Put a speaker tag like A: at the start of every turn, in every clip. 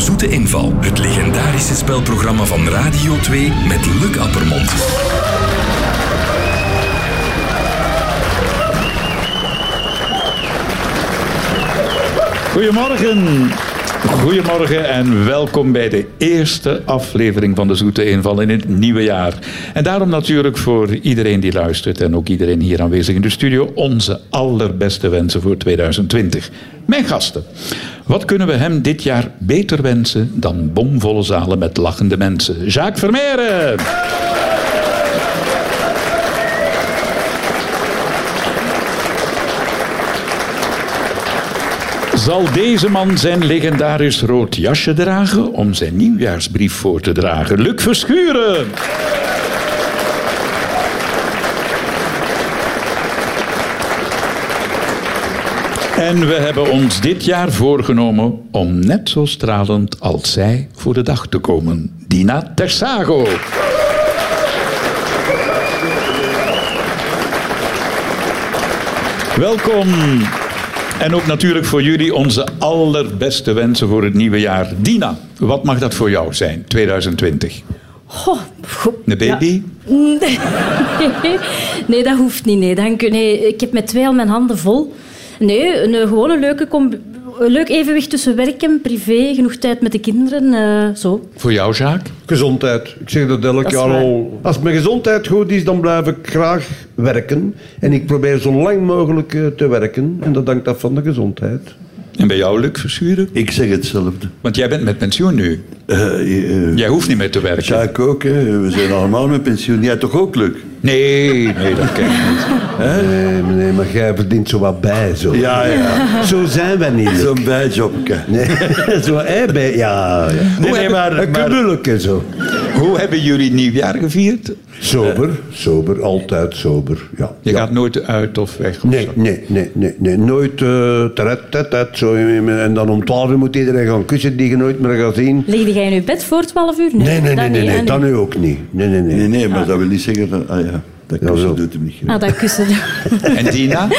A: Zoete Inval. Het legendarische spelprogramma van Radio 2 met Luc Appermond.
B: Goedemorgen. Goedemorgen en welkom bij de eerste aflevering van de Zoete Inval in het nieuwe jaar. En daarom natuurlijk voor iedereen die luistert en ook iedereen hier aanwezig in de studio onze allerbeste wensen voor 2020. Mijn gasten, wat kunnen we hem dit jaar beter wensen dan bomvolle zalen met lachende mensen? Jacques Vermeeren. Zal deze man zijn legendarisch rood jasje dragen om zijn nieuwjaarsbrief voor te dragen? Luc Verschuren! En we hebben ons dit jaar voorgenomen om net zo stralend als zij voor de dag te komen. Dina Tersago. Welkom. En ook natuurlijk voor jullie onze allerbeste wensen voor het nieuwe jaar. Dina, wat mag dat voor jou zijn, 2020?
C: Goh, goh.
B: Een baby?
C: Nee. nee, dat hoeft niet. Nee. Dan kun, nee, ik heb met twee al mijn handen vol. Nee, een eh, gewone leuke com- een leuk evenwicht tussen werk en privé. Genoeg tijd met de kinderen. eh, zo.
B: Voor jou, Jacques?
D: Gezondheid. Ik zeg dat elk
C: Dat is
D: jaar
C: waar.
D: al. Als mijn gezondheid goed is, dan blijf ik graag werken. En ik probeer zo lang mogelijk eh, te werken. En dat hangt af van de gezondheid.
B: En bij jou, Luc Verschuren?
E: Ik zeg hetzelfde.
B: Want jij bent met pensioen nu.
E: Eh, eh,
B: Jij hoeft niet meer te werken.
E: Sjaak ook, hè. we zijn allemaal met pensioen. Jij toch ook, Luc?
B: Nee, nee, dat ken ik niet.
D: Hè? Nee, nee, maar jij verdient zo wat bij. Zo,
E: Ja, ja.
D: zo zijn wij niet. Luc.
E: Zo'n bijjobke.
D: Nee, zo hè, bij, ja, ja.
B: nee, hebben- maar-
D: Een
B: maar-
D: kubulletje zo.
B: Hoe hebben jullie nieuwjaar gevierd?
D: Sober, sober, altijd sober. Ja.
B: Je
D: ja.
B: gaat nooit uit of weg. of
D: Nee,
B: zo.
D: nee, nee, nee, nee. Nooit eh teret, tet, tet, zo. En dan om twaalf uur moet iedereen gaan kussen die je nooit meer gaat zien.
C: Ligde jij in je bed voor 12 uur?
D: Nee, nee,
C: dat
D: nee, nee,
C: niet,
D: nee,
C: hè,
D: dat nu ook niet. Nee, nee, nee.
E: Nee, nee, maar dat wil niet zeggen dat... Ah ja, dat
D: Ja, zo.
E: kussen doet hem niet.
C: Ah, dat kussen.
B: En Dina?
C: Eh,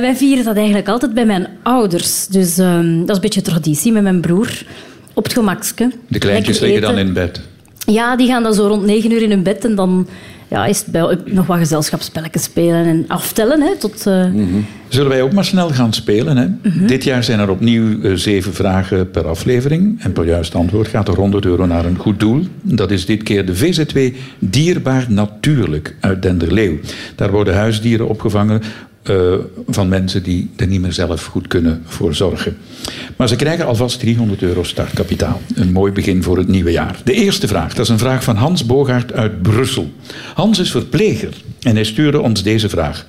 C: wij vieren dat eigenlijk altijd bij mijn ouders. Dus ehm, dat is een beetje traditie met mijn broer. Op het gemakske.
B: De kleintjes
C: Lekker
B: liggen
C: eten.
B: dan in bed.
C: Ja, die gaan dan zo rond negen uur in hun bed en dan ja, is het bij, nog wat gezelschapsspelletjes spelen en aftellen. Hè, tot, eh,
E: Mhm.
B: Zullen wij ook maar snel gaan spelen? Hè? Dit jaar zijn er opnieuw eh, zeven vragen per aflevering. En per juist antwoord gaat er 100 euro naar een goed doel. Dat is dit keer de VZW Dierbaar Natuurlijk uit Denderleeuw. Daar worden huisdieren opgevangen eh, van mensen die er niet meer zelf goed kunnen voor zorgen. Maar ze krijgen alvast 300 euro startkapitaal. Een mooi begin voor het nieuwe jaar. De eerste vraag, dat is een vraag van Hans Bogaert uit Brussel. Hans is verpleger en hij stuurde ons deze vraag.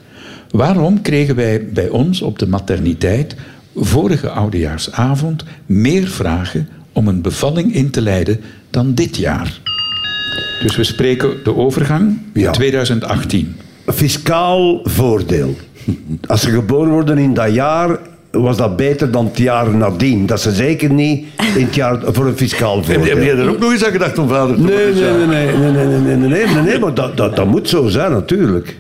B: Waarom kregen wij bij ons op de materniteit vorige oudejaarsavond meer vragen om een bevalling in te leiden dan dit jaar? Dus we spreken de overgang
D: Ja.
B: 2018.
D: Fiscaal voordeel. Als ze geboren worden in dat jaar, was dat beter dan het jaar nadien. Dat ze zeker niet in het jaar voor een fiscaal
E: Heb, heb jij
D: voordeel.
E: er ook nog eens aan gedacht om vader te
D: Nee, nee,
E: worden, Sjaak?
D: nee, nee, nee, nee, nee, nee, nee, nee, nee, maar dat, dat, dat moet zo zijn natuurlijk.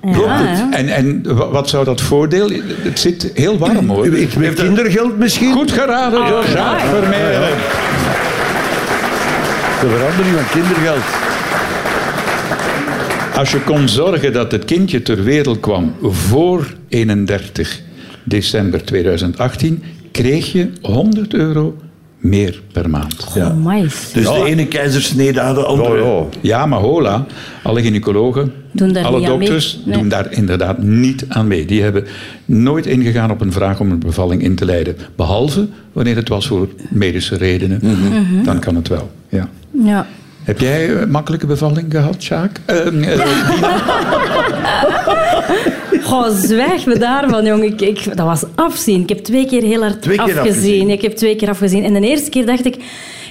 C: Ah, ja, hè.
B: En, en wa- wat zou dat voordeel... Het zit heel warm hoor.
D: Iets met kindergeld misschien?
B: Goed geraden door Jacques Vermeijeren.
E: De verandering van kindergeld.
B: Als je kon zorgen dat het kindje ter wereld kwam voor 31 december 2018, kreeg je 100 euro meer per maand.
E: Ja.
C: Amai.
E: Dus de ene keizersnede aan de andere.
D: Oh,
B: Ja, maar hola, alle gynaecologen,
C: Doen daar
B: alle
C: niet aan
B: dokters
C: mee. Nee.
B: doen daar inderdaad niet aan mee. Die hebben nooit ingegaan op een vraag om een bevalling in te leiden. Behalve wanneer het was voor medische redenen.
E: Mhm.
B: Dan kan het wel, ja.
C: Ja.
B: Heb jij eh, makkelijke bevalling gehad, Sjaak? Eh, eh,
C: Goh, zwijg me daarvan, jongen. Ik, ik, dat was afzien. Ik heb twee keer heel hard
E: Twee keer afgezien.
C: Ik heb twee keer afgezien. En de eerste keer dacht ik, ik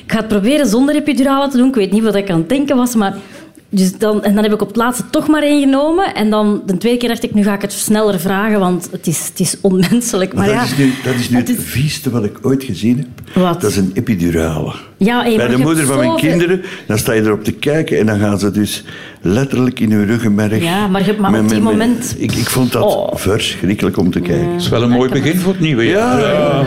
C: ga het proberen zonder epidurale te doen. Ik weet niet wat ik aan het denken was, maar Dus dan, en dan heb ik op het laatste toch maar één genomen. En dan de tweede keer dacht ik, nu ga ik het sneller vragen, want het is, het is onmenselijk. Maar,
E: Maar
C: ja,
E: dat, is nu, dat is nu
C: het
E: het, vieste wat ik ooit gezien heb.
C: Wat?
E: Dat is een epidurale.
C: Ja, en je
E: Bij de
C: hebt
E: moeder van mijn
C: zoveel-
E: kinderen, dan sta je erop te kijken en dan gaan ze dus letterlijk in hun ruggenmerg.
C: Ja, maar je- maar
E: met-
C: op die
E: met- met-
C: moment-
E: Ik, ik vond dat
C: Oh.
E: verschrikkelijk om te kijken.
B: is wel een mooi begin voor het nieuwe jaar.
E: Ja,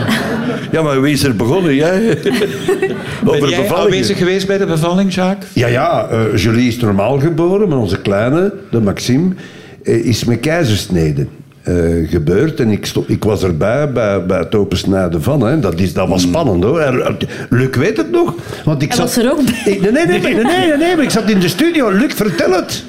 E: ja. maar wie is er begonnen? Jij?
B: Ben
E: Over
B: jij
E: bevallingen.
B: aanwezig geweest bij de bevalling, Jacques?
D: Ja, ja, eh, Julie is normaal geboren, maar onze kleine, de Maxime, eh, is met keizersnede eh, gebeurd. En ik, sto- ik was erbij bij, bij het opensnijden van. Hè. Dat, is, dat was spannend hoor. En, eh, Luc weet het nog. Want ik
C: Hij
D: zat,
C: was er ook bij.
D: Ik- nee, nee, nee, nee, nee, nee, nee, maar ik zat in de studio. Luc, vertel het.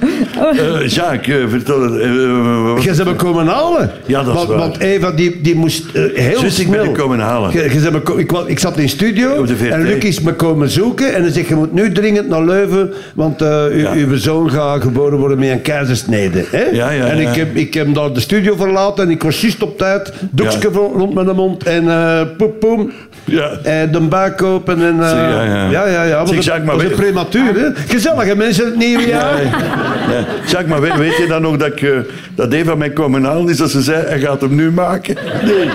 E: Eh, Jacques, eh, vertel het. eh, eh, wat-
D: Je ze me komen halen.
E: Ja, dat is
D: want,
E: waar.
D: Want Eva die, die moest eh, heel
E: Zus, ik
D: snel...
E: ben je komen halen.
D: Je- je ze me ko- ik, wa- ik zat in studio
E: Op de VRT.
D: en Luc is me komen zoeken. En hij zegt, je moet nu dringend naar Leuven, want eh, u-
E: Ja.
D: uw zoon gaat geboren worden met een keizersnede. Hè?
E: Ja, ja,
D: en
E: ja.
D: ik heb, ik heb daar de studio verlaten en ik was juist op tijd. Doekje
E: Ja.
D: ro- rond mijn mond en eh poep, poem.
E: Ja.
B: Eh.
D: En de buik open en... eh,
E: Zeg, ja, ja.
D: ja, ja, ja, want
E: Zeg,
D: het-
E: Jacques, maar
D: dat is een
E: weet-
D: prematuur, hè? Gezellige mensen het nieuwe jaar.
E: Ja. Jacques, maar weet, weet je dan nog dat, ik, eh, dat Eva mij komen halen is? Dat ze zei, hij gaat hem nu maken. Nee.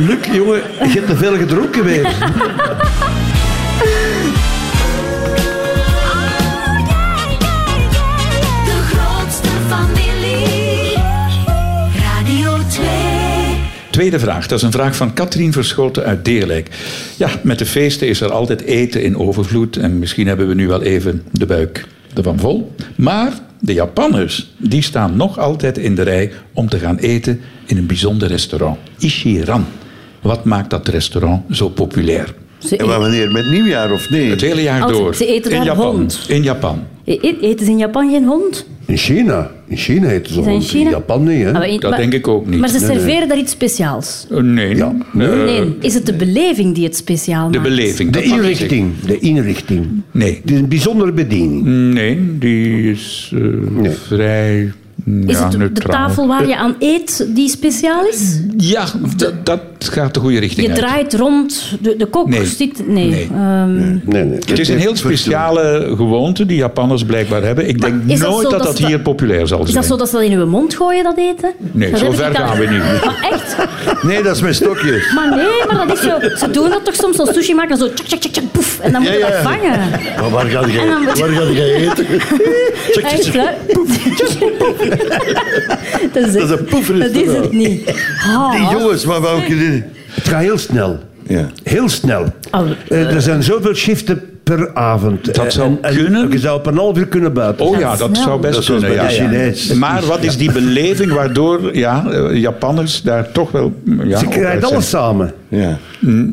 D: Luc, jongen, je hebt te veel gedronken weer.
F: De grootste familie. Radio 2.
B: Tweede vraag, dat is een vraag van Katrien Verschoten uit Deerlijk. Ja, met de feesten is er altijd eten in overvloed en misschien hebben we nu wel even de buik ervan vol. Maar de Japanners, die staan nog altijd in de rij om te gaan eten in een bijzonder restaurant. Ishiran. Wat maakt dat restaurant zo populair?
C: Ze
E: En waar, wanneer? Met nieuwjaar of nee?
B: Het hele jaar
C: Altijd,
B: door.
C: ze eten
B: in
C: daar
B: Japan.
C: hond.
B: In Japan.
C: e- e- Eten ze in Japan geen hond?
B: Hm?
D: In China. In China heet het zo.
C: Is dat in
D: In,
C: China?
D: Japan niet, hè?
C: Ah, maar in-
B: Dat
C: maar-
B: denk ik ook niet.
C: Maar ze serveren daar iets speciaals.
B: Eh, Nee.
D: Ja.
B: Eh,
C: nee, is het de beleving die het speciaal
B: De
C: maakt?
B: beleving.
D: De
B: dat mag ik
D: inrichting. De inrichting.
B: zeggen. Nee.
D: Het is een bijzondere bediening.
B: Mm. Nee, die is eh, vrij. mm,
C: Is
B: ja,
C: het de
B: neutraal. Eh.
C: tafel waar je aan eet die speciaal is?
B: Ja, dat, dat gaat de goede richting.
C: Je
B: uit.
C: draait rond, de, de kok
B: Nee.
C: zit... Nee.
B: Nee.
C: ehm,
D: Nee, nee.
B: Het is een heel speciale gewoonte die Japanners blijkbaar hebben. Ik denk
C: is dat zo
B: nooit dat dat,
C: dat ze dat-
B: hier populair zal zijn.
C: Is dat zo dat ze dat in uw mond gooien, dat eten?
B: Nee,
C: Dat
B: zo
C: heb ik
B: ver
C: al-
B: gaan we niet.
C: Maar echt?
E: Nee, dat is mijn stokje.
C: Maar nee, maar dat is zo... Ze doen dat toch soms als sushi maken, zo tjak, tjak, tjak, tjak, poef. En dan moet je
E: Ja,
C: dat
E: ja.
C: vangen.
E: Maar waar ga jij,
C: En dan-
E: waar ga jij eten?
C: Echt, hè? Dat is,
E: Dat is een poefrestaurant.
C: Dat is het niet. Ah.
E: Die jongens, maar wou ik jullie...
D: Het gaat heel snel.
E: Ja.
D: Heel snel.
C: Oh.
D: Eh, er zijn zoveel shiften per avond.
B: Dat
D: Eh,
B: zou
D: en- en
B: kunnen.
D: Je zou op een half uur kunnen buiten.
B: Oh ja, dat
C: snel.
B: zou best
E: Dat is zoals
B: kunnen.
E: bij de
B: ja.
E: Chinees.
B: Maar wat is die beleving waardoor ja, eh, Japanners daar toch wel. mm, Ja,
D: Ze
B: op
D: krijgen
B: uit zijn?
D: alles samen.
E: Ja.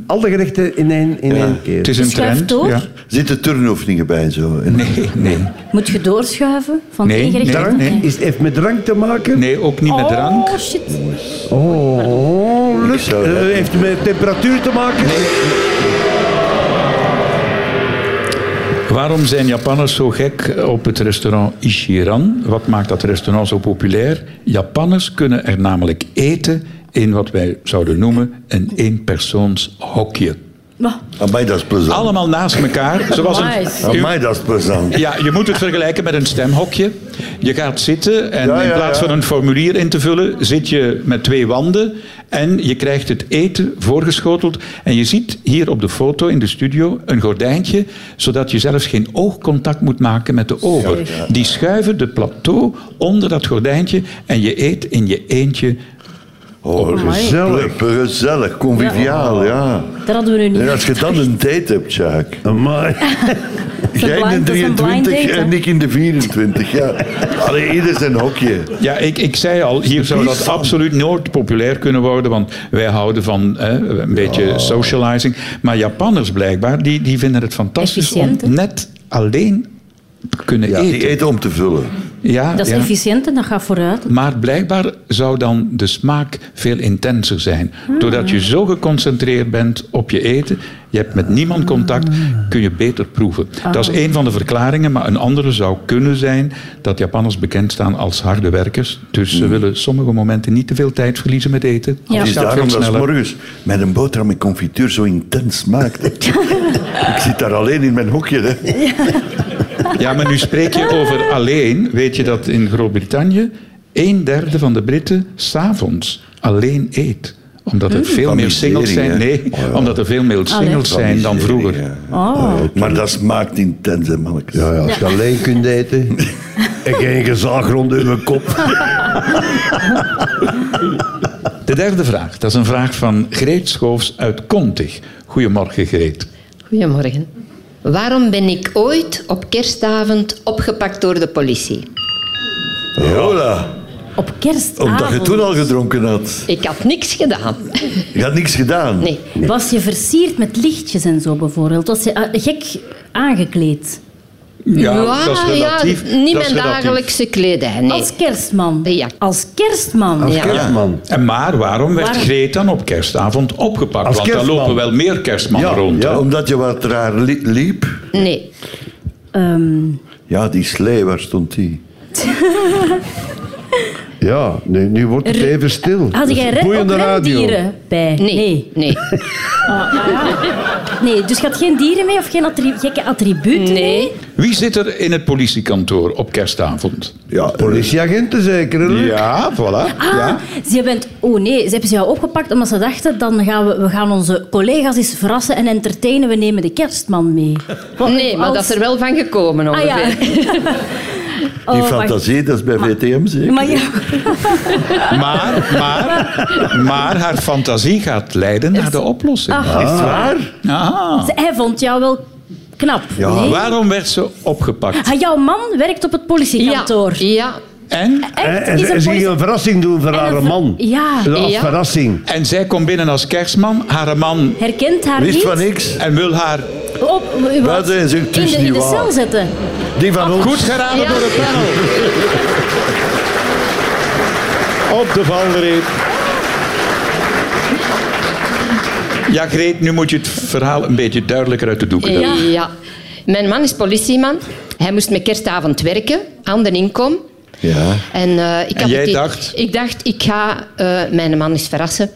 D: Al de gerechten in één, in één keer.
B: Het is een
C: Schuift
B: trend.
C: door.
B: Ja.
E: Zitten turnoefeningen bij zo? En-
B: Nee, nee,
C: Moet je doorschuiven van het
B: Nee,
C: ene gerecht
B: nee,
C: op het
B: nee.
C: andere?
D: Is het heeft met drank te maken?
B: nee, ook niet met drank.
C: Oh, shit.
D: Oh, Luc.
E: zou-
D: Eh, heeft het met temperatuur te maken?
B: Waarom zijn Japanners zo gek op het restaurant Ichiran? Wat maakt dat restaurant zo populair? Japanners kunnen er namelijk eten in wat wij zouden noemen een eenpersoons hokje.
C: Wah,
E: Amai, dat is plezant.
B: Allemaal naast elkaar. Zoals
C: Nice.
B: een,
E: Amai, dat is plezant.
B: ja, je moet het vergelijken met een stemhokje. Je gaat zitten en
E: Ja, ja,
B: in plaats
E: ja.
B: van een formulier in te vullen, zit je met twee wanden en je krijgt het eten voorgeschoteld. En je ziet hier op de foto in de studio een gordijntje, zodat je zelfs geen oogcontact moet maken met de ober. Die schuiven de plateau onder dat gordijntje en je eet in je eentje.
E: Oh,
C: Amai.
E: gezellig. Gezellig, conviviaal, ja.
C: dat hadden we nu niet.
E: En als je dan een date hebt, Jacques.
D: Amai.
C: is een
E: Jij in de
C: blind- dat is een blind
E: 23
C: date, hè?
E: en ik in de 24, ja. Allee, ieder zijn hokje.
B: Ja, ik, ik zei al, hier zou dat absoluut nooit populair kunnen worden, want wij houden van hè, een beetje socializing. Maar Japanners blijkbaar, die, die vinden het fantastisch om
C: Efficiënt, hè?
B: net alleen te kunnen
E: Die
B: eten.
E: eten om te vullen.
B: Ja,
C: Dat is
B: ja.
C: efficiënt en dat gaat vooruit.
B: Maar blijkbaar zou dan de smaak veel intenser zijn. Doordat je zo geconcentreerd bent op je eten, je hebt met niemand contact, kun je beter proeven. Dat is een van de verklaringen, maar een andere zou kunnen zijn dat Japanners bekend staan als harde werkers. Dus ze willen sommige momenten niet te veel tijd verliezen met eten.
C: Ja.
E: Hmm. Het is
B: Het gaat veel
E: daarom dat ze
B: sneller.
E: morgens met een boterham met confituur zo intens maakt. ik zit daar alleen in mijn hokje. Hè.
B: Ja, maar nu spreek je over alleen. Weet je dat in Groot-Brittannië een derde van de Britten s'avonds alleen eet? Omdat er veel
E: Hmm. Van
B: meer singles
E: miserie,
B: zijn.
E: hè?
B: Nee,
E: Oh, ja.
B: omdat er veel meer singles
E: Van
B: zijn dan
E: miserie,
B: vroeger.
E: ja.
C: Oh.
E: Maar dat smaakt intens, hè, mannetjes.
D: Ja, ja, Eh, als je alleen kunt eten en geen gezag rond uw kop.
B: De derde vraag, dat is een vraag van Greet Schoofs uit Kontig. Goedemorgen, Greet.
G: Goedemorgen. Waarom ben ik ooit op kerstavond opgepakt door de politie?
E: Jola,
C: Op kerstavond.
E: omdat je toen al gedronken had.
G: Ik had niks gedaan.
E: Je had niks gedaan.
G: Nee.
C: Was je versierd met lichtjes en zo bijvoorbeeld? Was je ah, gek aangekleed?
G: Ja, ja, niet mijn dagelijkse kledij. Nee. Eh,
C: Als kerstman?
G: Ja.
C: Als kerstman?
D: Als
G: Ja.
D: kerstman.
B: En maar waarom werd
C: Waarom?
B: Greet dan op kerstavond opgepakt?
D: Als
B: Want
D: kerstman.
B: daar lopen wel meer kerstmannen
E: Ja,
B: rond.
E: ja,
B: hè?
E: omdat je wat raar li- liep.
G: nee.
C: Ehm,
E: Ja, die slee, waar stond die?
D: Ja, nu, nu wordt het even stil. Dus
C: had jij ren ook
D: Boeiende radio.
C: rendieren bij?
G: Nee.
C: nee.
G: Nee. Nee.
C: Nee, dus je had geen dieren mee of geen attri- gekke attributen mee?
G: nee.
B: Wie zit er in het politiekantoor op kerstavond?
E: Ja,
D: Politieagenten zeker, hè, Luc?
B: Ja,
G: Ah,
B: voilà. Ja.
C: Ze bent, oh nee, ze hebben ze jou opgepakt omdat ze dachten dan gaan we, we gaan onze collega's eens verrassen en entertainen. We nemen de kerstman mee. Wat-
G: Oh, Nee, maar
C: als-
G: dat is er wel van gekomen
C: Ah ja.
G: ongeveer.
C: Oh,
E: die
C: wacht.
E: fantasie, dat is bij VTM zeker.
C: Maar ja,
B: Maar, maar, maar haar fantasie gaat leiden naar de oplossing.
E: Is het waar?
B: Ah.
C: ze- hij vond jou wel knap. nee?
B: Waarom werd ze opgepakt?
C: Ah, jouw man werkt op het
G: Ja.
C: politiekantoor.
G: ja.
B: En,
C: Echt?
D: En,
C: is een
D: en ze ging
C: politie-
D: een verrassing doen voor
C: En
D: haar
C: een ver-
D: man.
C: Ja.
D: Dus Als
G: Ja.
D: verrassing.
B: en zij komt binnen als kerstman, haar man,
C: Herkent haar
E: Wist
C: niet?
E: van niks.
B: en wil haar
C: Op, wat?
E: Buiten is ook
C: in
E: dus
C: de, in
E: niet
C: de
E: waar.
C: cel zetten.
E: Die van ons.
B: goed geraden
G: Ja.
B: door het panel.
E: Op de valreep.
B: Ja, Greet, nu moet je het verhaal een beetje duidelijker uit de doeken
G: Ja.
B: doen.
G: Mijn man is politieman. Hij moest met kerstavond werken aan de inkom.
E: Ja.
G: En, eh, ik
B: En
G: had
B: jij
G: het i-
B: dacht?
G: Ik dacht, ik ga eh, mijn man eens verrassen.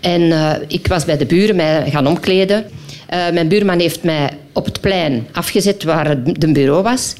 G: En eh, ik was bij de buren mij gaan omkleden. Eh, mijn buurman heeft mij op het plein afgezet waar het de bureau was.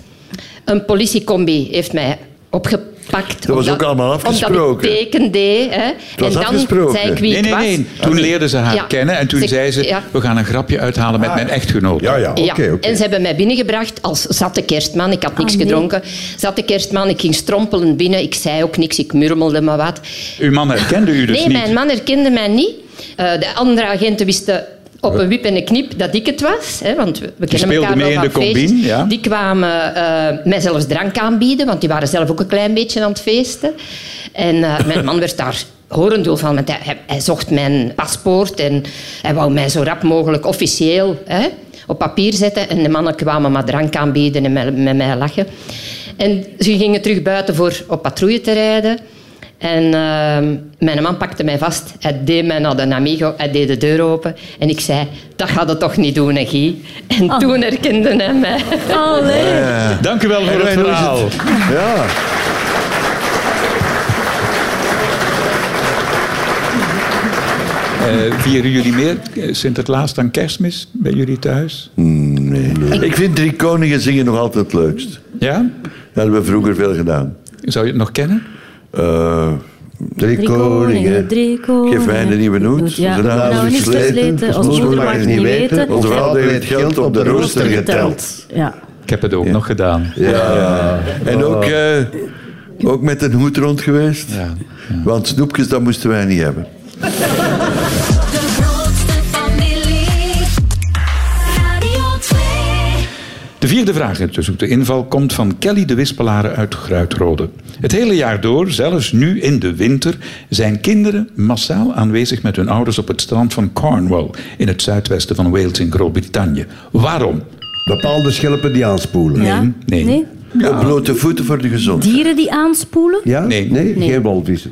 G: Een politiecombi heeft mij opgepakt.
E: Dat was
G: omdat-
E: ook allemaal
G: Omdat
E: afgesproken.
G: ik teken deed. Hè.
E: was
G: en dan
E: afgesproken.
G: zei ik wie
B: Nee,
G: ik
B: nee,
G: was. Oh,
B: nee. Toen leerde ze haar
G: Ja.
B: kennen en toen
G: Ze-
B: zei ze,
G: ja. Ah.
B: we gaan een grapje uithalen met mijn echtgenoot.
D: Ja, ja, oké.
G: Ja,
D: oké.
G: en ze hebben mij binnengebracht als zatte kerstman. Ik had niks
C: Ah, nee.
G: gedronken. Zatte kerstman, ik ging strompelend binnen. Ik zei ook niks, ik murmelde maar wat.
B: Uw man herkende u dus
G: nee,
B: niet.
G: mijn man herkende mij niet. Eh, de andere agenten wisten op een wip en een knip dat ik het was. Hè, want we, we kennen
B: speelden
G: elkaar
B: Eh. mee
G: wel
B: in
G: van
B: de combine,
G: feestjes.
B: ja.
G: Die kwamen eh mij zelfs drank aanbieden, want die waren zelf ook een klein beetje aan het feesten. En eh, mijn man werd daar horendoel van, want hij, hij, hij zocht mijn paspoort en hij wou mij zo rap mogelijk officieel hè, op papier zetten. En de mannen kwamen maar drank aanbieden en met, met mij lachen. En ze gingen terug buiten voor op patrouille te rijden. En ehm, mijn man pakte mij vast. Hij deed mij naar de amigo. Hij deed de deur open. En ik zei, dat gaat het toch niet doen, hè, Guy? En toen herkende hij mij.
C: Allee.
B: Ah. Dank u wel voor het
E: Erwijn, hoe is het?
B: verhaal.
E: Ja.
B: Eh, vieren jullie meer eh, Sinterklaas dan kerstmis bij jullie thuis?
E: Ik vind Drie Koningen zingen nog altijd het leukst.
B: Ja?
E: Dat hebben we vroeger veel gedaan.
B: Zou je het nog kennen?
E: Eh,
D: Drie
C: Drie koningen,
D: koningen.
C: drie koningen.
E: Geef mij een nieuwe noot.
C: Ja.
E: Onze naam
C: Nou,
E: is
C: niet
E: versleten.
C: versleten, als moeder mag het niet weten.
E: onze vader heeft geld op de rooster geteld.
C: Ja.
B: Ik heb het ook nog gedaan.
E: En ook, eh, ook met een hoed rond geweest.
B: Ja.
E: Want snoepjes, dat moesten wij niet hebben.
F: De grootste familie. Radio 2.
B: De vierde vraag in tussen de inval komt van Kelly de Wispelaren uit Gruitrode. Het hele jaar door, zelfs nu in de winter, zijn kinderen massaal aanwezig met hun ouders op het strand van Cornwall in het zuidwesten van Wales in Groot-Brittannië. Waarom?
D: Bepaalde schelpen die aanspoelen.
C: Ja.
B: nee.
E: Op blote voeten voor de gezondheid.
C: Dieren die aanspoelen?
D: Ja?
B: Nee.
D: geen walvissen.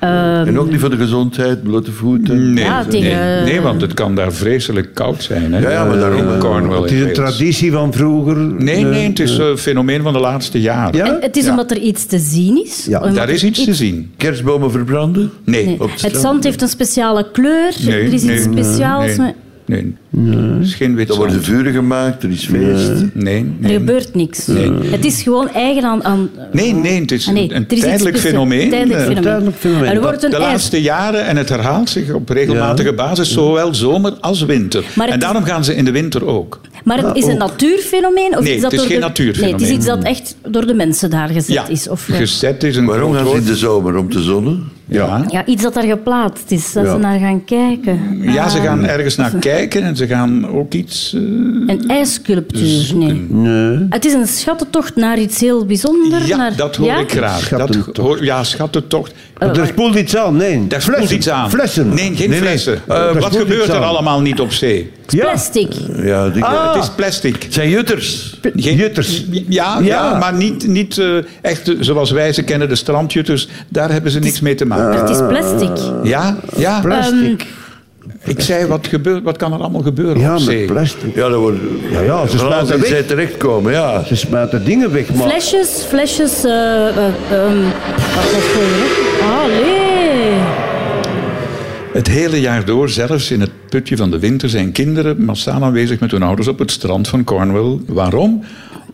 E: En ook niet voor de gezondheid, blote voeten.
B: Nee,
C: Ja, tegen-
B: nee, nee, want het kan daar vreselijk koud zijn. Hè?
E: Ja, ja, maar daarom,
B: In
E: eh,
B: Cornwall
D: Het
B: in
D: is een
B: Wales.
D: traditie van vroeger.
B: Nee,
D: Eh,
B: nee, Eh, het is een fenomeen van de laatste jaren.
D: Ja?
C: En het is
B: Ja.
C: omdat er iets te zien is.
D: Ja.
C: Omdat
B: Daar is
C: er
B: iets te zien.
E: Kerstbomen verbranden.
B: Nee.
C: Nee.
E: op het
C: het
E: strand.
C: zand heeft een speciale kleur.
B: Nee,
C: er is iets
B: nee,
C: speciaals.
B: nee.
C: met-
B: nee. Er is geen wit
E: Er worden
B: zand.
E: vuren gemaakt, er is eh, feest.
B: Nee,
C: Er
B: nee.
C: gebeurt niks.
B: Nee.
C: Het is gewoon eigen aan... aan
B: Nee, nee, het is
C: Ah, nee,
B: een, een
C: er is iets
B: tijdelijk
C: speciaal-
B: fenomeen.
C: tijdelijk
B: Eh,
C: fenomeen.
D: tijdelijk fenomeen.
C: Er
D: Dat-
C: wordt een
B: de
C: ijs-
B: laatste jaren en het herhaalt zich op regelmatige basis, zowel zomer als winter.
C: Maar het
B: en
C: is-
B: daarom gaan ze in de winter ook.
C: Maar het is een natuurfenomeen? Of
B: Oh. Nee,
C: is dat
B: het is
C: door
B: geen
C: de...
B: natuurfenomeen.
C: Nee, het is iets dat echt door de mensen daar gezet is. Of, eh,
B: gezet is een
E: Waarom
B: groot
E: gaan ze in
B: woord.
E: de zomer? Om te zonnen?
B: Ja.
C: ja, iets dat daar geplaatst is, dat
D: Ja.
C: ze naar gaan kijken.
B: ja, ze
C: Ah,
B: gaan ergens naar kijken en ze gaan ook iets... eh,
C: Een ijssculptuur, nee. Het is een schattentocht naar iets heel bijzonders.
B: ja,
C: naar...
B: dat hoor
C: Ja?
B: ik graag. Dat
D: Schattentocht.
B: hoor, ja, schattentocht.
D: Er spoelt iets aan, nee.
B: Daar voelt iets aan.
D: Flessen.
B: Nee, geen
D: Nee, nee.
B: flessen. Eh,
D: Daar
B: wat
D: voelt
B: gebeurt
D: iets
B: er
D: aan.
B: allemaal niet op zee?
D: Ja,
C: Plastic.
E: Ja, die
D: Ah.
B: Het is plastic.
E: Het zijn jutters.
B: Geen-
D: Jutters.
B: Ja, ja,
D: Ja.
B: maar niet, niet eh, echt eh, zoals wij ze kennen, de strandjutters. Daar hebben ze niks mee te maken.
C: Maar het is plastic.
B: Ja, ja. Ehm,
D: plastic.
B: Ik zei, wat, gebeurt, wat kan er allemaal gebeuren
D: ja,
B: op
D: met
B: zee?
D: plastic.
E: Ja, dat wordt...
D: Ja, ja, ze
E: Als
D: spuiten
E: zij
D: weg.
E: terechtkomen, ja.
D: Ze spuiten dingen weg, man.
C: Flesjes, flesjes... eh, eh, ehm, wat is dat voor een- Allee.
B: Het hele jaar door, zelfs in het putje van de winter, zijn kinderen massaal aanwezig met hun ouders op het strand van Cornwall. Waarom?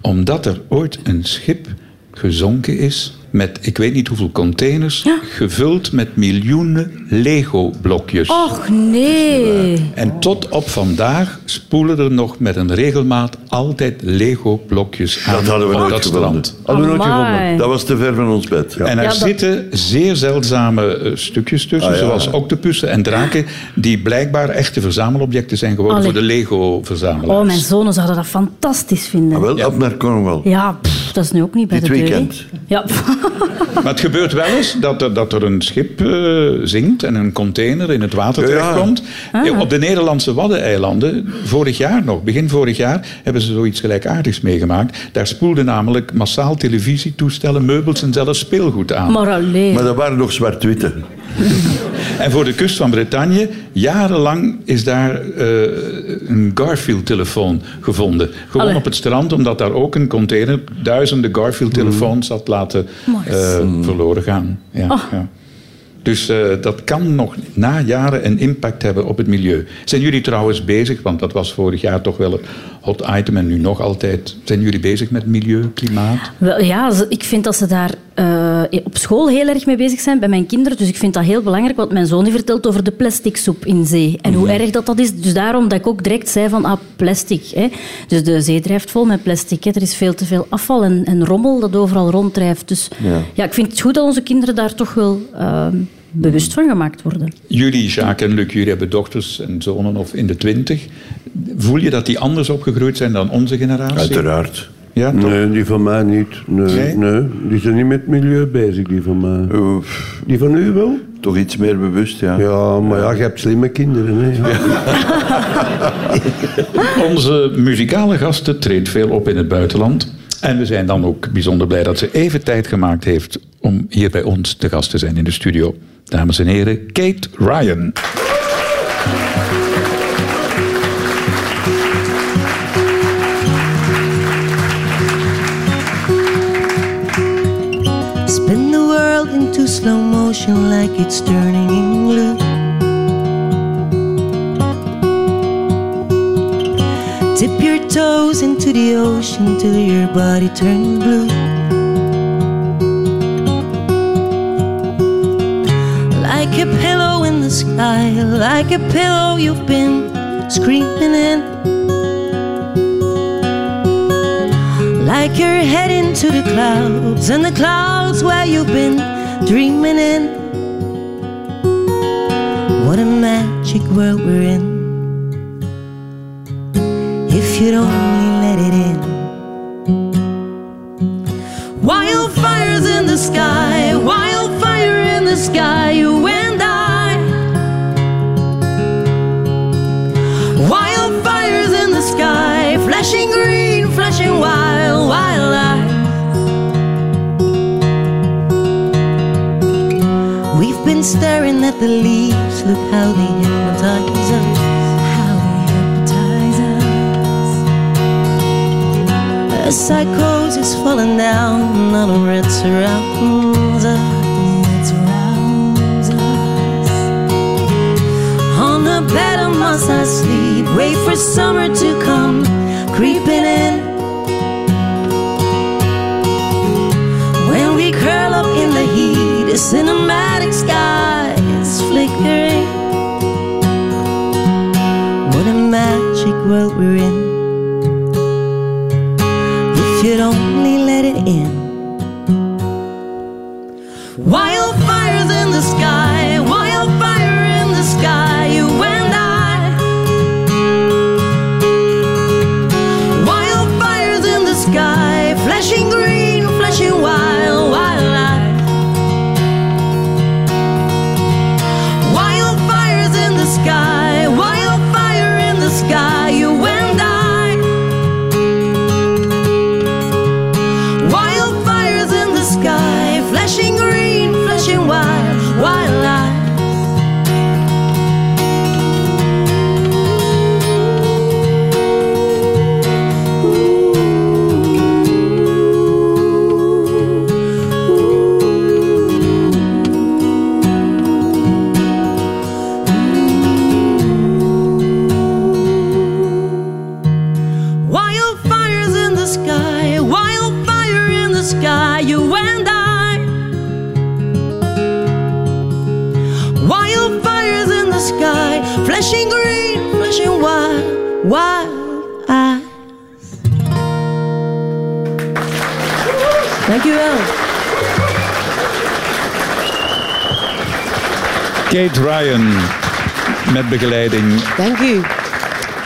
B: Omdat er ooit een schip gezonken is met ik weet niet hoeveel containers, gevuld met miljoenen Lego-blokjes.
C: Och, nee.
B: En tot op vandaag spoelen er nog met een regelmaat altijd Lego-blokjes aan
E: Dat hadden we
B: op
E: nooit
B: Oh, dat
E: gevonden.
B: strand.
E: Hadden we nooit
C: Amai.
E: gevonden. Dat was te ver van ons bed.
B: En er
C: Ja, dat-
B: zitten zeer zeldzame eh, stukjes tussen,
E: Ah, ja.
B: zoals octopussen en draken, die blijkbaar echte verzamelobjecten zijn geworden
C: Allee.
B: voor de Lego-verzamelaars.
C: Oh, mijn zonen zouden dat fantastisch vinden.
E: Ah, Wel op naar Cornwall.
C: Ja, pff, dat is nu ook niet bij
E: Dit
C: de deur. hè.
E: weekend.
C: Ja, pff.
B: Maar het gebeurt wel eens dat er, dat er een schip eh, zinkt en een container in het water
E: Ja, ja.
B: terechtkomt.
C: Ah.
B: Eh, Op de Nederlandse Waddeneilanden, vorig jaar nog, begin vorig jaar, hebben ze zoiets gelijkaardigs meegemaakt. Daar spoelden namelijk massaal televisietoestellen, meubels en zelfs speelgoed aan.
C: maar alleen.
E: Maar dat waren nog zwart-witte.
B: En voor de kust van Bretagne, jarenlang is daar eh, een Garfield-telefoon gevonden. Gewoon
C: Allee.
B: op het strand, omdat daar ook een container duizenden Garfield-telefoons had laten eh, verloren gaan. Ja, ja. Dus eh, dat kan nog na jaren een impact hebben op het milieu. Zijn jullie trouwens bezig, want dat was vorig jaar toch wel een hot item en nu nog altijd. Zijn jullie bezig met milieu, klimaat?
C: Wel, ja, ze- ik vind dat ze daar eh, op school heel erg mee bezig zijn bij mijn kinderen. Dus ik vind dat heel belangrijk, want mijn zoon die vertelt over de plastic soep in zee. En hoe erg dat dat is. Dus daarom dat ik ook direct zei van, ah, plastic. Hè. Dus de zee drijft vol met plastic. Hè. Er is veel te veel afval en, en rommel dat overal ronddrijft. Dus ja. ik vind het goed dat onze kinderen daar toch wel eh, bewust van gemaakt worden.
B: Jullie, Jacques en Luc, jullie hebben dochters en zonen of in de twintig. Voel je dat die anders opgegroeid zijn dan onze generatie?
E: Uiteraard.
B: Ja, toch?
D: Nee, die van mij niet. Nee,
B: Nee?
D: nee? die zijn niet met het milieu bezig, die van mij.
E: Eh, pff,
D: Die van u wel?
E: toch iets meer bewust, ja.
D: Ja, maar ja, je hebt slimme kinderen. Hè.
B: Onze muzikale gasten treedt veel op in het buitenland. En we zijn dan ook bijzonder blij dat ze even tijd gemaakt heeft om hier bij ons te gast te zijn in de studio. Dames en heren, Kate Ryan.
H: Spin the world into slow motion like it's turning blue. Tip your toes into the ocean till your body turns blue. Like a pillow in the sky, like a pillow you've been screaming in. Like you're heading to the clouds and the clouds where you've been dreaming in. What a magic world we're in. If you'd only let it in. Wildfires in the sky, wildfire in the sky, you and I. Wildfires in the sky, flashing green, flashing wild, wild eyes. We've been staring at the leaves, look how they hypnotize us. How they hypnotize us. A psychosis falling down, none of it surrounds us. It surrounds us on the bed of my whilst I sleep. Wait for summer to come creeping in. When we curl up in the heat, a cinematic sky is flickering. What a magic world we're in. If you'd only let it in. Wildfires in the sky, wildfire in the sky, you and I. Wildfires in the sky, flashing green, flashing wild, wild eyes. Wildfires in the sky, wildfire in the sky, you and I. Wildfires in the sky, flashing green, flashing wild, wild eyes. Wildfires in the sky, wildfire in the sky, you and I. Wildfires in the sky, flashing green, flashing wild, wild eyes. Dank u wel.
B: Kate Ryan. Met begeleiding
H: Dank u.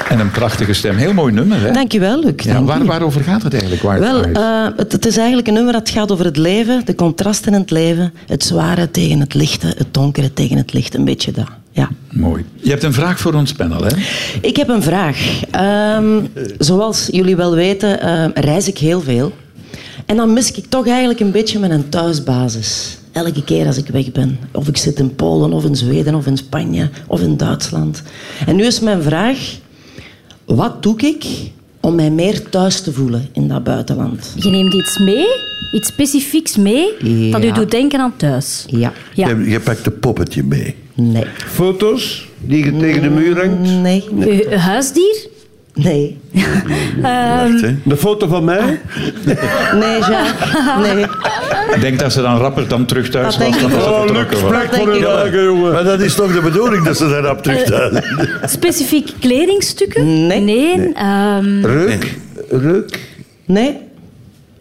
B: en een prachtige stem. Heel mooi nummer, hè?
H: Dank u wel, Luc.
B: Ja,
H: Dank
B: waar,
H: u.
B: waarover gaat het eigenlijk? Waar
H: Wel,
B: waar-
H: eh, het, het is eigenlijk een nummer dat gaat over het leven, de contrasten in het leven, het zware tegen het lichte, het donkere tegen het licht, een beetje dat. Ja.
B: Mooi. Je hebt een vraag voor ons panel, hè?
H: Ik heb een vraag. Ehm, zoals jullie wel weten, ehm, reis ik heel veel. En dan mis ik toch eigenlijk een beetje mijn thuisbasis. Elke keer als ik weg ben. Of ik zit in Polen, of in Zweden, of in Spanje, of in Duitsland. En nu is mijn vraag, wat doe ik om mij meer thuis te voelen in dat buitenland?
C: Je neemt iets mee, iets specifieks mee, dat u
H: Ja.
C: doet denken aan thuis.
H: Ja,
C: Ja.
E: Je, je pakt een poppetje mee.
H: nee.
D: Foto's die je tegen de muur hangt.
H: Nee,
C: Uw huisdier?
H: nee.
C: Ehm.
E: Wacht, hè.
D: De foto van mij?
H: Nee, Jacques. Nee.
B: Ik denk dat ze dan rapper dan terug thuis
H: Dat denk
B: was dan
H: ik
B: dat ze
H: ook.
D: Oh,
B: vertrokken was.
H: Dat denk ik wel.
E: jongen. Maar dat is toch de bedoeling dat ze daarop
C: Eh,
E: terugduiden?
C: Specifiek kledingstukken?
H: Nee.
C: Nee. ehm,
D: Reuk? Reuk?
H: Nee,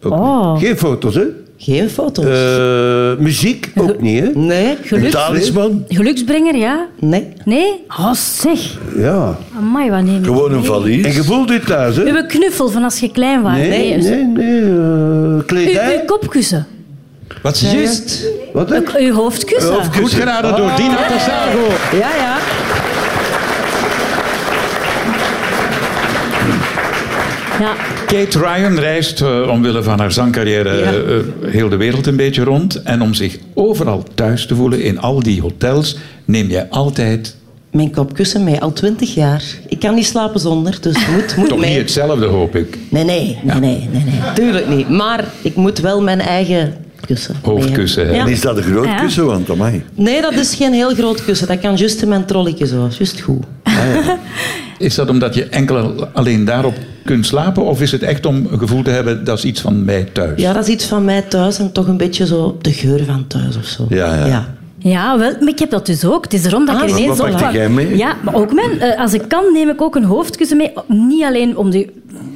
C: oh.
D: Geen foto's, hè?
H: geen foto's.
D: Eh, muziek? Ook niet, hè?
H: Nee,
D: Een
C: Geluks-
D: talisman?
C: Geluksbrenger, ja?
H: nee.
C: Nee? Oh, zeg.
D: Ja.
C: Amai, wat neem je
E: Gewoon een
C: mee?
E: valies.
D: En je voelt dit thuis, hè?
C: Uw knuffel van als je klein was.
D: Nee,
C: nee.
D: nee, nee. eh,
C: Uw,
D: kledij?
C: uw kopkussen.
B: Wat zei je?
H: Juist.
D: Wat hè?
C: Uw hoofdkussen.
B: Goed geraden door
D: Ah.
B: Dina Passago.
H: Ja, ja.
C: Ja.
B: Kate Ryan reist eh, omwille van haar zangcarrière eh, eh, heel de wereld een beetje rond. En om zich overal thuis te voelen in al die hotels, neem jij altijd
H: Mijn kopkussen mee, al twintig jaar. Ik kan niet slapen zonder, dus het moet, moet
B: toch niet
H: mee.
B: hetzelfde, hoop ik.
H: Nee, nee, nee, nee, nee, nee. Tuurlijk niet. Maar ik moet wel mijn eigen kussen mee hebben.
B: Hoofdkussen, hè?
E: En
H: Ja.
E: is dat een groot
C: Ja.
E: kussen, want amai.
H: Nee, dat is geen heel groot kussen. Dat kan juist in mijn trolletje zo. Juist goed.
B: Is dat omdat je enkel alleen daarop kunt slapen? Of is het echt om een gevoel te hebben, dat is iets van mij thuis?
H: Ja, dat is iets van mij thuis en toch een beetje zo de geur van thuis of zo.
E: Ja, ja.
C: Ja, wel, maar ik heb dat dus ook. Het is erom dat
H: Ah,
C: ik er
H: wat-
C: ineens
E: wat pakte
C: op-
E: jij mee?
C: Ja, maar ook mijn, eh, als ik kan, neem ik ook een hoofdkussen mee. Niet alleen om die,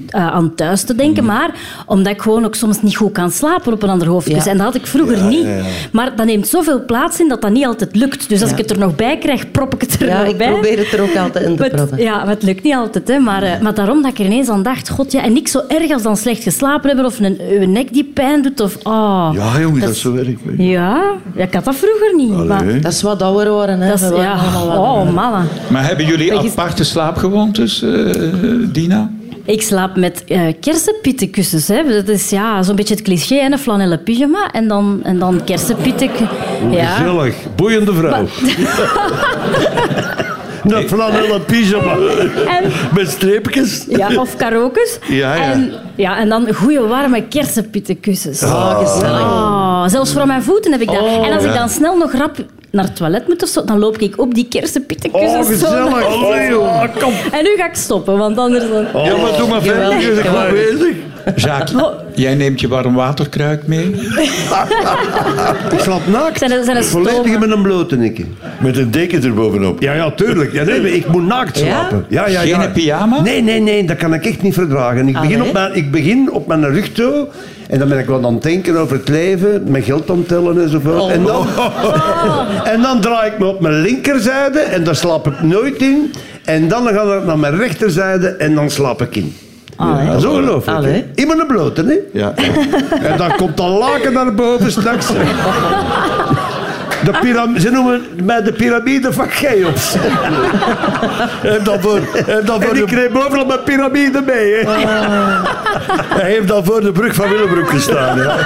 C: eh, aan thuis te denken,
H: Mm-hmm.
C: maar omdat ik gewoon ook soms niet goed kan slapen op een ander hoofdkussen.
H: Ja.
C: En dat had ik vroeger niet. Maar dat neemt zoveel plaats in dat dat niet altijd lukt. Dus als ik het er nog bij krijg, prop ik het er
H: Ja,
C: nog
H: ik
C: bij.
H: probeer het er ook altijd in te
C: Maar het-
H: proppen.
C: ja, maar het lukt niet altijd. Hè. Maar, eh, maar daarom dat ik er ineens aan dacht, god ja, en niks zo erg als dan slecht geslapen hebben of een, een nek die pijn doet. Of, ah.
E: Ja, jongen, dat,
C: Dat
E: is zo werk. man.
C: ja, ja, ik had dat vroeger niet. maar-
E: Allee.
H: Dat is wat ouder worden, hè.
C: dat is,
H: We worden
C: ja.
H: allemaal wat ouder.
C: Oh, mama.
B: Maar hebben jullie
C: Weg is-
B: aparte slaapgewoontes, eh, Dina?
C: Ik slaap met eh kersenpietenkussens. Hè. Dat is ja, zo'n beetje het cliché, hè, een flanellen pyjama en dan, en dan kersenpieten. Ja.
D: Gezellig. Boeiende vrouw.
E: Een flanellen pyjama.
C: En,
E: Met streepjes.
C: ja, of karokes.
E: Ja, ja.
C: En, ja, en dan goede warme kersenpittenkussens.
H: Oh, gezellig.
C: Oh, zelfs voor mijn voeten heb ik dat.
E: Oh,
C: en als ik dan snel nog rap naar het toilet moet of zo, dan loop ik op die kersenpittenkussens.
E: Oh, gezellig. Oh,
C: Zo.
E: Allee,
D: Ah,
E: joh. Kom.
C: En nu ga ik stoppen, want anders... Dan...
E: Ja, maar doe maar verder.
H: Geweldig,
E: Je bent goed
H: geweldig.
E: bezig.
B: Jacques,
C: Oh.
B: jij neemt je warm waterkruik mee.
D: Ik slaap naakt.
C: Zijn er- zijn er
D: Volledig
C: stomen?
D: met een blote, Nicky.
E: Met een deken erbovenop.
D: Ja, ja, tuurlijk. Ja, nee, maar ik moet naakt slapen. Ja? Ja, ja,
B: Geen pyjama?
D: Nee, nee, nee, dat kan ik echt niet verdragen. Ik begin,
H: Allee.
D: op mijn, ik begin op mijn rug toe en dan ben ik wel aan het denken over het leven, mijn geld omtellen enzovoort.
H: Oh,
D: En, dan, en dan draai ik me op mijn linkerzijde en daar slaap ik nooit in. En dan ga ik naar mijn rechterzijde en dan slaap ik in.
C: Ah,
H: Allee.
D: Dat is ongelooflijk. hè?
H: Allee.
D: Iemand een blote, hè?
E: Ja.
D: En dan komt dat laken naar boven straks. De piram- ze noemen mij de piramide van Cheops.
E: En dan voor, en dan voor
D: En ik
E: de,
D: kreeg bovenop mijn piramide mee. Hè. Ah.
E: hij heeft dan voor de brug van Willebroek gestaan. Ja.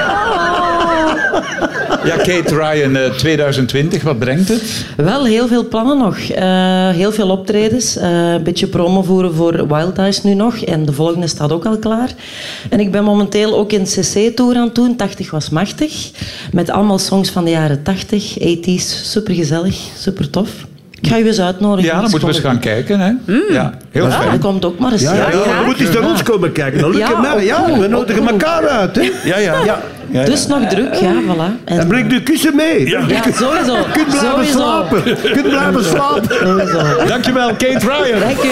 B: Ja, Kate Ryan eh, 2020, wat brengt het?
H: Wel, heel veel plannen nog. Eh, heel veel optredens. Eh, een beetje promo voeren voor Wild Eyes nu nog. En de volgende staat ook al klaar. En ik ben momenteel ook een CC-tour aan het doen. 80 was machtig. Met allemaal songs van de jaren 80, 80s. Supergezellig, super tof. Ik ga u eens uitnodigen.
B: Ja, dan moeten we eens gaan kijken. Hè. Ja, heel
H: Ja,
B: fijn.
H: dat komt ook maar eens.
D: Ja, ja, Je moet eens naar ons komen kijken. Dan lukt
H: Ja,
D: het mij.
H: ook
D: Ja, oh,
H: goed,
D: we
H: ook
D: nodigen
H: goed.
D: elkaar uit. Hè.
E: Ja, ja. ja. ja.
H: Dus nog druk, ja, voilà. En-
D: En breng de kussen mee. Je
H: ja, sowieso.
D: kunt blijven
H: sowieso.
D: slapen. Je kunt blijven slapen.
H: Sowieso.
B: Dankjewel, Kate Ryan.
H: Dank u.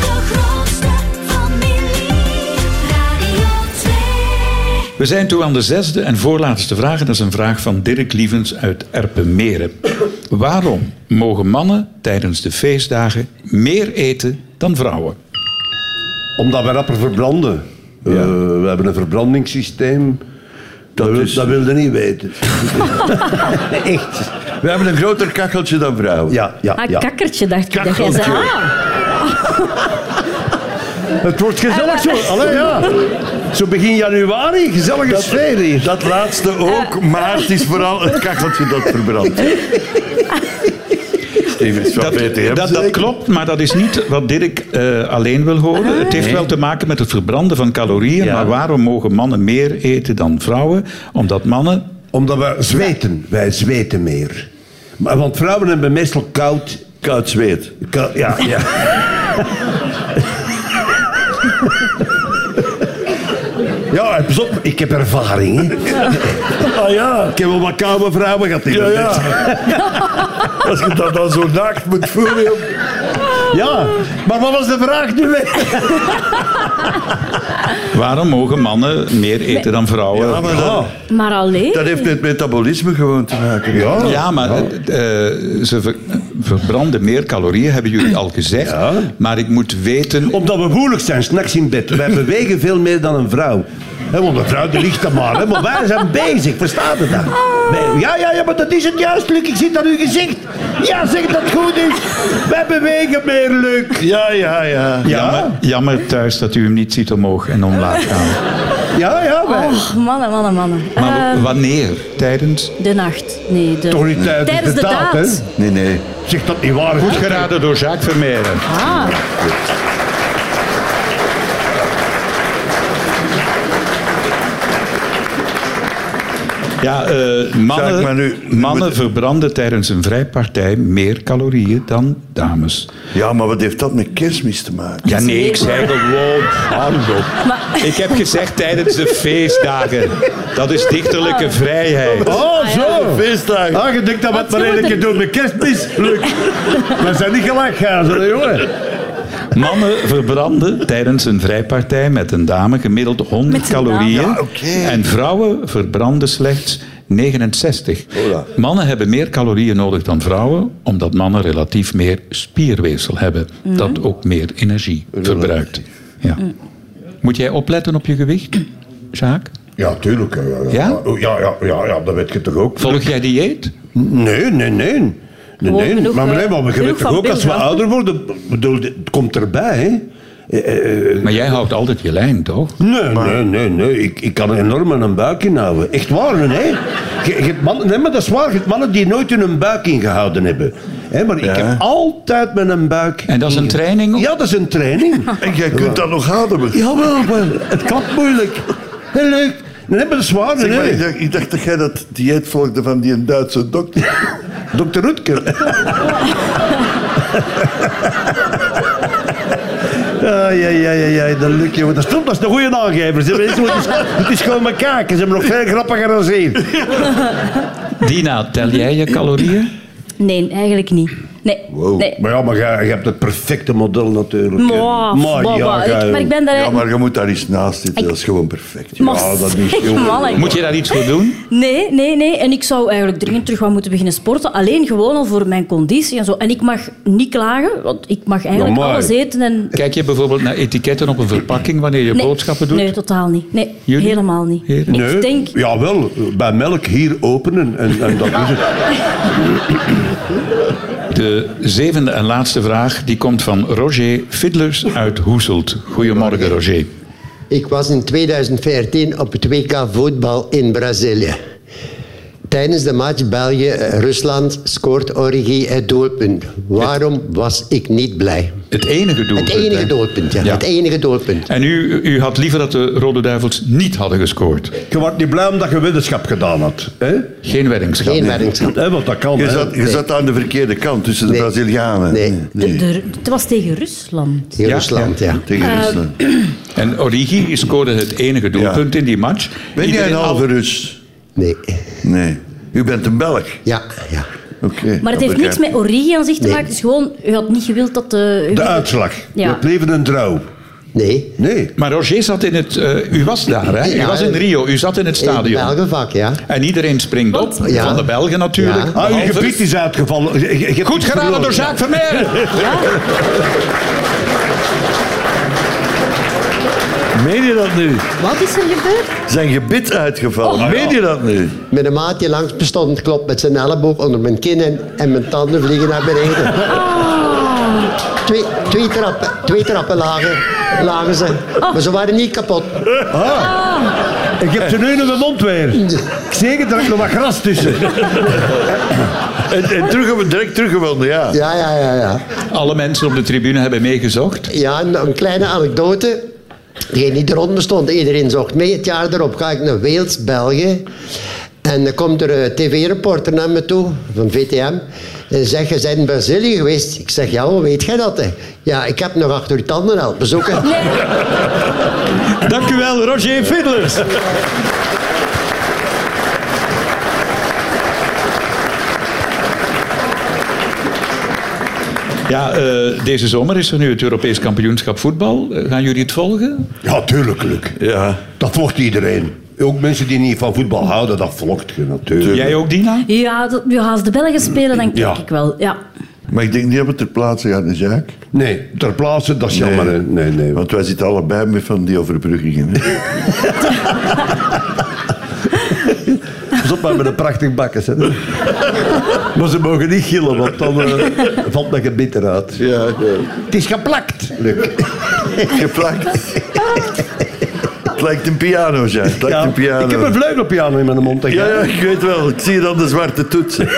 F: De grootste familie, Radio 2.
B: We zijn toe aan de zesde en voorlaatste vraag. En dat is een vraag van Dirk Lievens uit Erpenmeren. Waarom mogen mannen tijdens de feestdagen meer eten dan vrouwen?
D: Omdat we rapper verbranden. Eh, we hebben een verbrandingssysteem. Dat, wil-
E: is-
D: dat wilde niet weten. Echt.
E: We hebben een groter kacheltje dan vrouwen.
D: Ja, ja,
C: Ah,
D: ja.
C: kakkertje, dacht ik. Dat jij zei, ah,
D: Het wordt gezellig zo. Allee, Ah, ja. Zo begin januari, gezellige sfeer hier.
E: Dat laatste ook, maar het is vooral het kacheltje dat verbrandt. Steven is van VTM.
B: dat, dat
E: zeker?
B: klopt, maar dat is niet wat Dirk eh, alleen wil horen. Het heeft wel te maken met het verbranden van calorieën.
E: Ja.
B: Maar waarom mogen mannen meer eten dan vrouwen? Omdat mannen
D: Omdat we zweten. Wij zweten meer. Maar, want vrouwen hebben meestal koud.
E: Koud zweet.
D: kou- ja, ja. Ja, pas op, ik heb ervaring. Hè.
E: Ah ja.
D: Ik heb wel wat koude vrouwen gehad. in
E: Ja,
D: mijn
E: ja.
D: tijd.
E: Als je dat dan zo naakt moet voelen. joh.
D: ja, maar wat was de vraag nu weer?
B: Waarom mogen mannen meer eten dan vrouwen?
E: Ja, Ah, maar dat,
C: maar alleen.
E: dat heeft met metabolisme gewoon te maken. Ja.
B: Ja, maar eh, eh, ze ver- verbranden meer calorieën, hebben jullie al gezegd. Maar ik moet weten...
D: Omdat we moeilijk zijn, s'nachts in bed. Wij bewegen veel meer dan een vrouw. Hè, want een vrouw die ligt er maar. hè. Maar wij zijn bezig, verstaat het dan? Wij- Ja, ja, ja, maar dat is het juist, Luc. Ik zit aan uw gezicht. Ja, zeg dat het goed is. Wij bewegen meer, Luc.
E: Ja, ja, ja.
B: Jammer, jammer thuis dat u hem niet ziet omhoog en omlaag gaan.
D: Ja, ja, wij.
C: Oh, mannen, mannen, mannen.
B: Maar
C: Eh,
B: w- wanneer? Tijdens?
C: de nacht. Nee, de...
D: Toch niet tijdens
C: Tijdens
D: de
C: de
D: daad,
C: daad.
D: hè?
E: Nee, nee.
D: Zeg dat niet waar.
B: Goed geraden door Jacques Vermeeren.
C: Ah,
B: Ja, eh,
E: Jacques, maar
B: mannen,
E: nu- nu
B: mannen
E: moet-
B: verbranden tijdens een vrijpartij meer calorieën dan dames.
E: Ja, maar wat heeft dat met kerstmis te maken? Ah,
B: Ja, nee, ik zei gewoon... Hallo. Ik heb gezegd tijdens de feestdagen. Dat is dichterlijke vrijheid.
D: Oh, zo.
E: Feestdagen.
D: Ah, je denkt dat we het maar
C: Wat
D: één
C: moet
D: keer
C: ik-
D: doen met kerstmis, Luc. We zijn niet gelijk gaan, hè, jongen.
B: Mannen verbranden tijdens een vrijpartij met een dame gemiddeld 100
C: Met een dame.
B: calorieën.
E: Ja, oké.
B: En vrouwen verbranden slechts 69.
E: Hola.
B: Mannen hebben meer calorieën nodig dan vrouwen, omdat mannen relatief meer spierweefsel hebben,
C: Mm.
B: dat ook meer energie verbruikt. Ja. Moet jij opletten op je gewicht, Sjaak?
D: Ja, tuurlijk. Ja,
B: Ja?
D: ja, ja, ja, ja dat weet je toch ook.
B: Volg jij dieet?
D: Nee, nee, nee. Nee,
C: Gewoon
D: nee.
C: genoeg,
D: maar
C: eh,
D: meneer, maar je
C: genoeg
D: weet toch
C: van
D: ook, als we
C: Bilbao.
D: ouder worden, ik bedoel, het komt erbij, hè. Eh, eh,
B: Maar jij houdt altijd je lijn, toch?
D: Nee, nee, nee, nee. Ik, ik kan enorm aan een buik inhouden. Echt waar, hè? Je, je hebt mannen, nee, maar dat is waar. Je hebt mannen die nooit hun buik ingehouden hebben. Hè, maar ik heb altijd mijn buik...
B: En dat is een
D: inge-
B: training ook?
D: Ja, dat is een training.
E: En jij kunt dat nog ademen.
D: Jawel, maar het klapt moeilijk. Heel leuk. Nee, maar dat is waar,
E: Zeg maar, ik,
D: hè?
E: dacht, ik dacht dat jij dat dieet volgde van die Duitse dokter.
D: Dr. Rutger. Ja, ja, ja, ja, ja, dat lukt, jongen. Dat is, dat is de goede aangever. Ze hebben- Het is, het is gewoon mijn kaken. Ze hebben nog veel grappiger dan zeer.
B: Dina, tel jij je calorieën?
C: Nee, eigenlijk niet. Nee.
E: Wow.
C: nee.
D: Maar ja, maar jij, jij hebt het perfecte model natuurlijk. hè.
C: Maar, maar,
D: ja,
C: maar,
D: jij-
C: ik, maar ik ben daar
E: Ja,
C: eigenlijk...
E: maar je moet daar eens naast zitten. Dat is gewoon perfect.
C: Maar
E: ja, dat is
C: zeg, mannen.
B: Moet je daar iets voor doen?
C: Nee, nee, nee. En ik zou eigenlijk dringend terug wat moeten beginnen sporten. Alleen gewoon al voor mijn conditie en zo. En ik mag niet klagen, want ik mag eigenlijk
D: Amai.
C: alles eten en...
B: Kijk je bijvoorbeeld naar etiketten op een verpakking wanneer je boodschappen doet?
C: Nee, totaal niet. Nee,
B: Jullie?
C: helemaal niet.
B: Heren?
D: Nee,
C: Ik denk...
D: Jawel, bij melk hier openen en, en dat is het.
B: De zevende en laatste vraag die komt van Roger Fiddlers uit Hoeselt. Goedemorgen, Roger.
I: Ik was in 2014 op het WK voetbal in Brazilië. Tijdens de match België-Rusland scoort Origi het doelpunt. Waarom was ik niet blij?
B: Het enige doelpunt.
I: Het enige
B: hè?
I: doelpunt, ja.
B: Ja.
I: Het enige doelpunt.
B: En u, u had liever dat de Rode Duivels niet hadden gescoord.
D: Je wordt niet blij omdat je weddenschap gedaan had. Hè?
B: Geen weddingschap.
I: Geen weddingschap.
D: Hè, want dat kan.
E: Je
D: hè.
E: zat, je zat aan de verkeerde kant tussen de
I: Nee.
E: Brazilianen.
I: Nee.
C: De, de- het was tegen Rusland.
I: In
B: Ja,
I: Rusland,
B: ja.
I: ja.
C: Eh,
E: Tegen Rusland.
B: En Origi scoorde het enige doelpunt in die match.
E: Ben jij
B: Iedereen
E: een
I: nou
E: halve
B: al-
E: Rus?
I: Nee.
E: Nee. U bent een Belg.
I: Ja, ja.
E: Oké.
C: Maar het
E: dat
C: heeft niks
E: begrijp ik.
C: met origi aan zich te
I: Nee.
C: maken. Het is gewoon, u had niet gewild dat de... u-
D: De uitslag.
C: Ja.
D: Je bleven een trouw.
I: Nee.
D: Nee.
B: Maar Roger zat in het... eh, u was daar, hè? U
I: Ja.
B: was in Rio. U zat in het
I: In
B: stadion.
I: het Belgenvak, ja.
B: En iedereen springt op.
I: Ja.
B: Van de Belgen natuurlijk.
I: Ja.
D: Ah, je
B: Behalve-
D: gebied is uitgevallen. Je- je- je hebt
B: Goed
D: iets
B: geraden
D: verloren.
B: door Jacques Vermeer.
E: Meen je dat nu?
C: Wat is er gebeurd?
E: Zijn gebit uitgevallen. Meen je dat nu?
I: Mijn maat die langs bestond klopt met zijn elleboog onder mijn kin en, en mijn tanden vliegen naar beneden. Twee, twee, trappen, twee trappen lagen, lagen ze, maar ze waren niet kapot.
D: Ik heb ze nu in mijn mond weer. Ik zeg het, er hangt nog wat gras tussen.
E: En, en terug, direct teruggewonnen, ja.
I: Ja, ja, ja, ja.
B: Alle mensen op de tribune hebben meegezocht.
I: Ja, een, een kleine anekdote. Degene die eronder bestond, iedereen zocht mee. Het jaar erop ga ik naar Wales, België. En dan komt er een tv-reporter naar me toe, van VTM. En zegt, je bent in Brazilië geweest. Ik zeg, ja, hoe weet jij dat? hè?" Ja, ik heb nog achter je tanden helpen bezoeken.
B: Dank u wel, Roger Fiddlers. Ja, eh, deze zomer is er nu het Europees kampioenschap voetbal. Eh, gaan jullie het volgen?
D: Ja, tuurlijk, Luc.
E: Ja.
D: Dat volgt iedereen. Ook mensen die niet van voetbal houden, dat volgt je natuurlijk.
B: Jij ook, Dina?
C: Ja, dat, ja, als de Belgen spelen, dan kijk
D: Ja.
C: ik wel. Ja.
E: Maar ik denk niet dat we ter plaatse gaan, hè, Jacques.
D: Nee, ter plaatse, dat is jammer. hè. eh, Nee, nee.
E: Want wij zitten allebei met van die overbruggingen. hè.
D: Pas op, maar met een prachtig bakken. Hè. maar ze mogen niet gillen, want dan eh, valt mijn gebit eruit.
E: ja, ja.
D: Het is geplakt, Luc.
E: Geplakt. Het lijkt een piano, Jacques. Het lijkt
D: Ja,
E: een piano.
D: Ik heb een vleugelpiano in mijn mond. hè.
E: Ja, ja, ik weet wel. Ik zie dan de zwarte toets.
F: Radio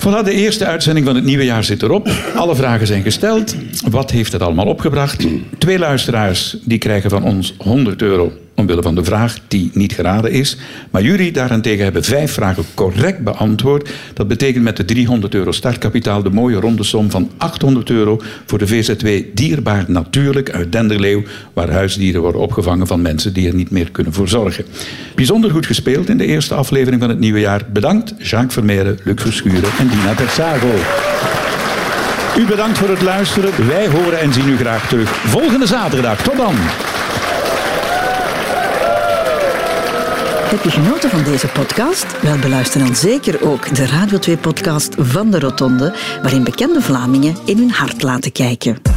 F: 2.
B: Voilà, de eerste uitzending van het nieuwe jaar zit erop. Alle vragen zijn gesteld. Wat heeft het allemaal opgebracht? Twee luisteraars die krijgen van ons 100 euro omwille van de vraag die niet geraden is. Maar jullie daarentegen hebben vijf vragen correct beantwoord. Dat betekent met de 300 euro startkapitaal de mooie ronde som van 800 euro voor de VZW Dierbaar Natuurlijk uit Denderleeuw, waar huisdieren worden opgevangen van mensen die er niet meer kunnen voor zorgen. Bijzonder goed gespeeld in de eerste aflevering van het nieuwe jaar. Bedankt Jacques Vermeeren, Luc Verschuren en Dina Terzago. U bedankt voor het luisteren. Wij horen en zien u graag terug volgende zaterdag. Tot dan.
J: Heb je genoten van deze podcast? Wel, beluister dan zeker ook de Radio 2-podcast van de Rotonde, waarin bekende Vlamingen in hun hart laten kijken.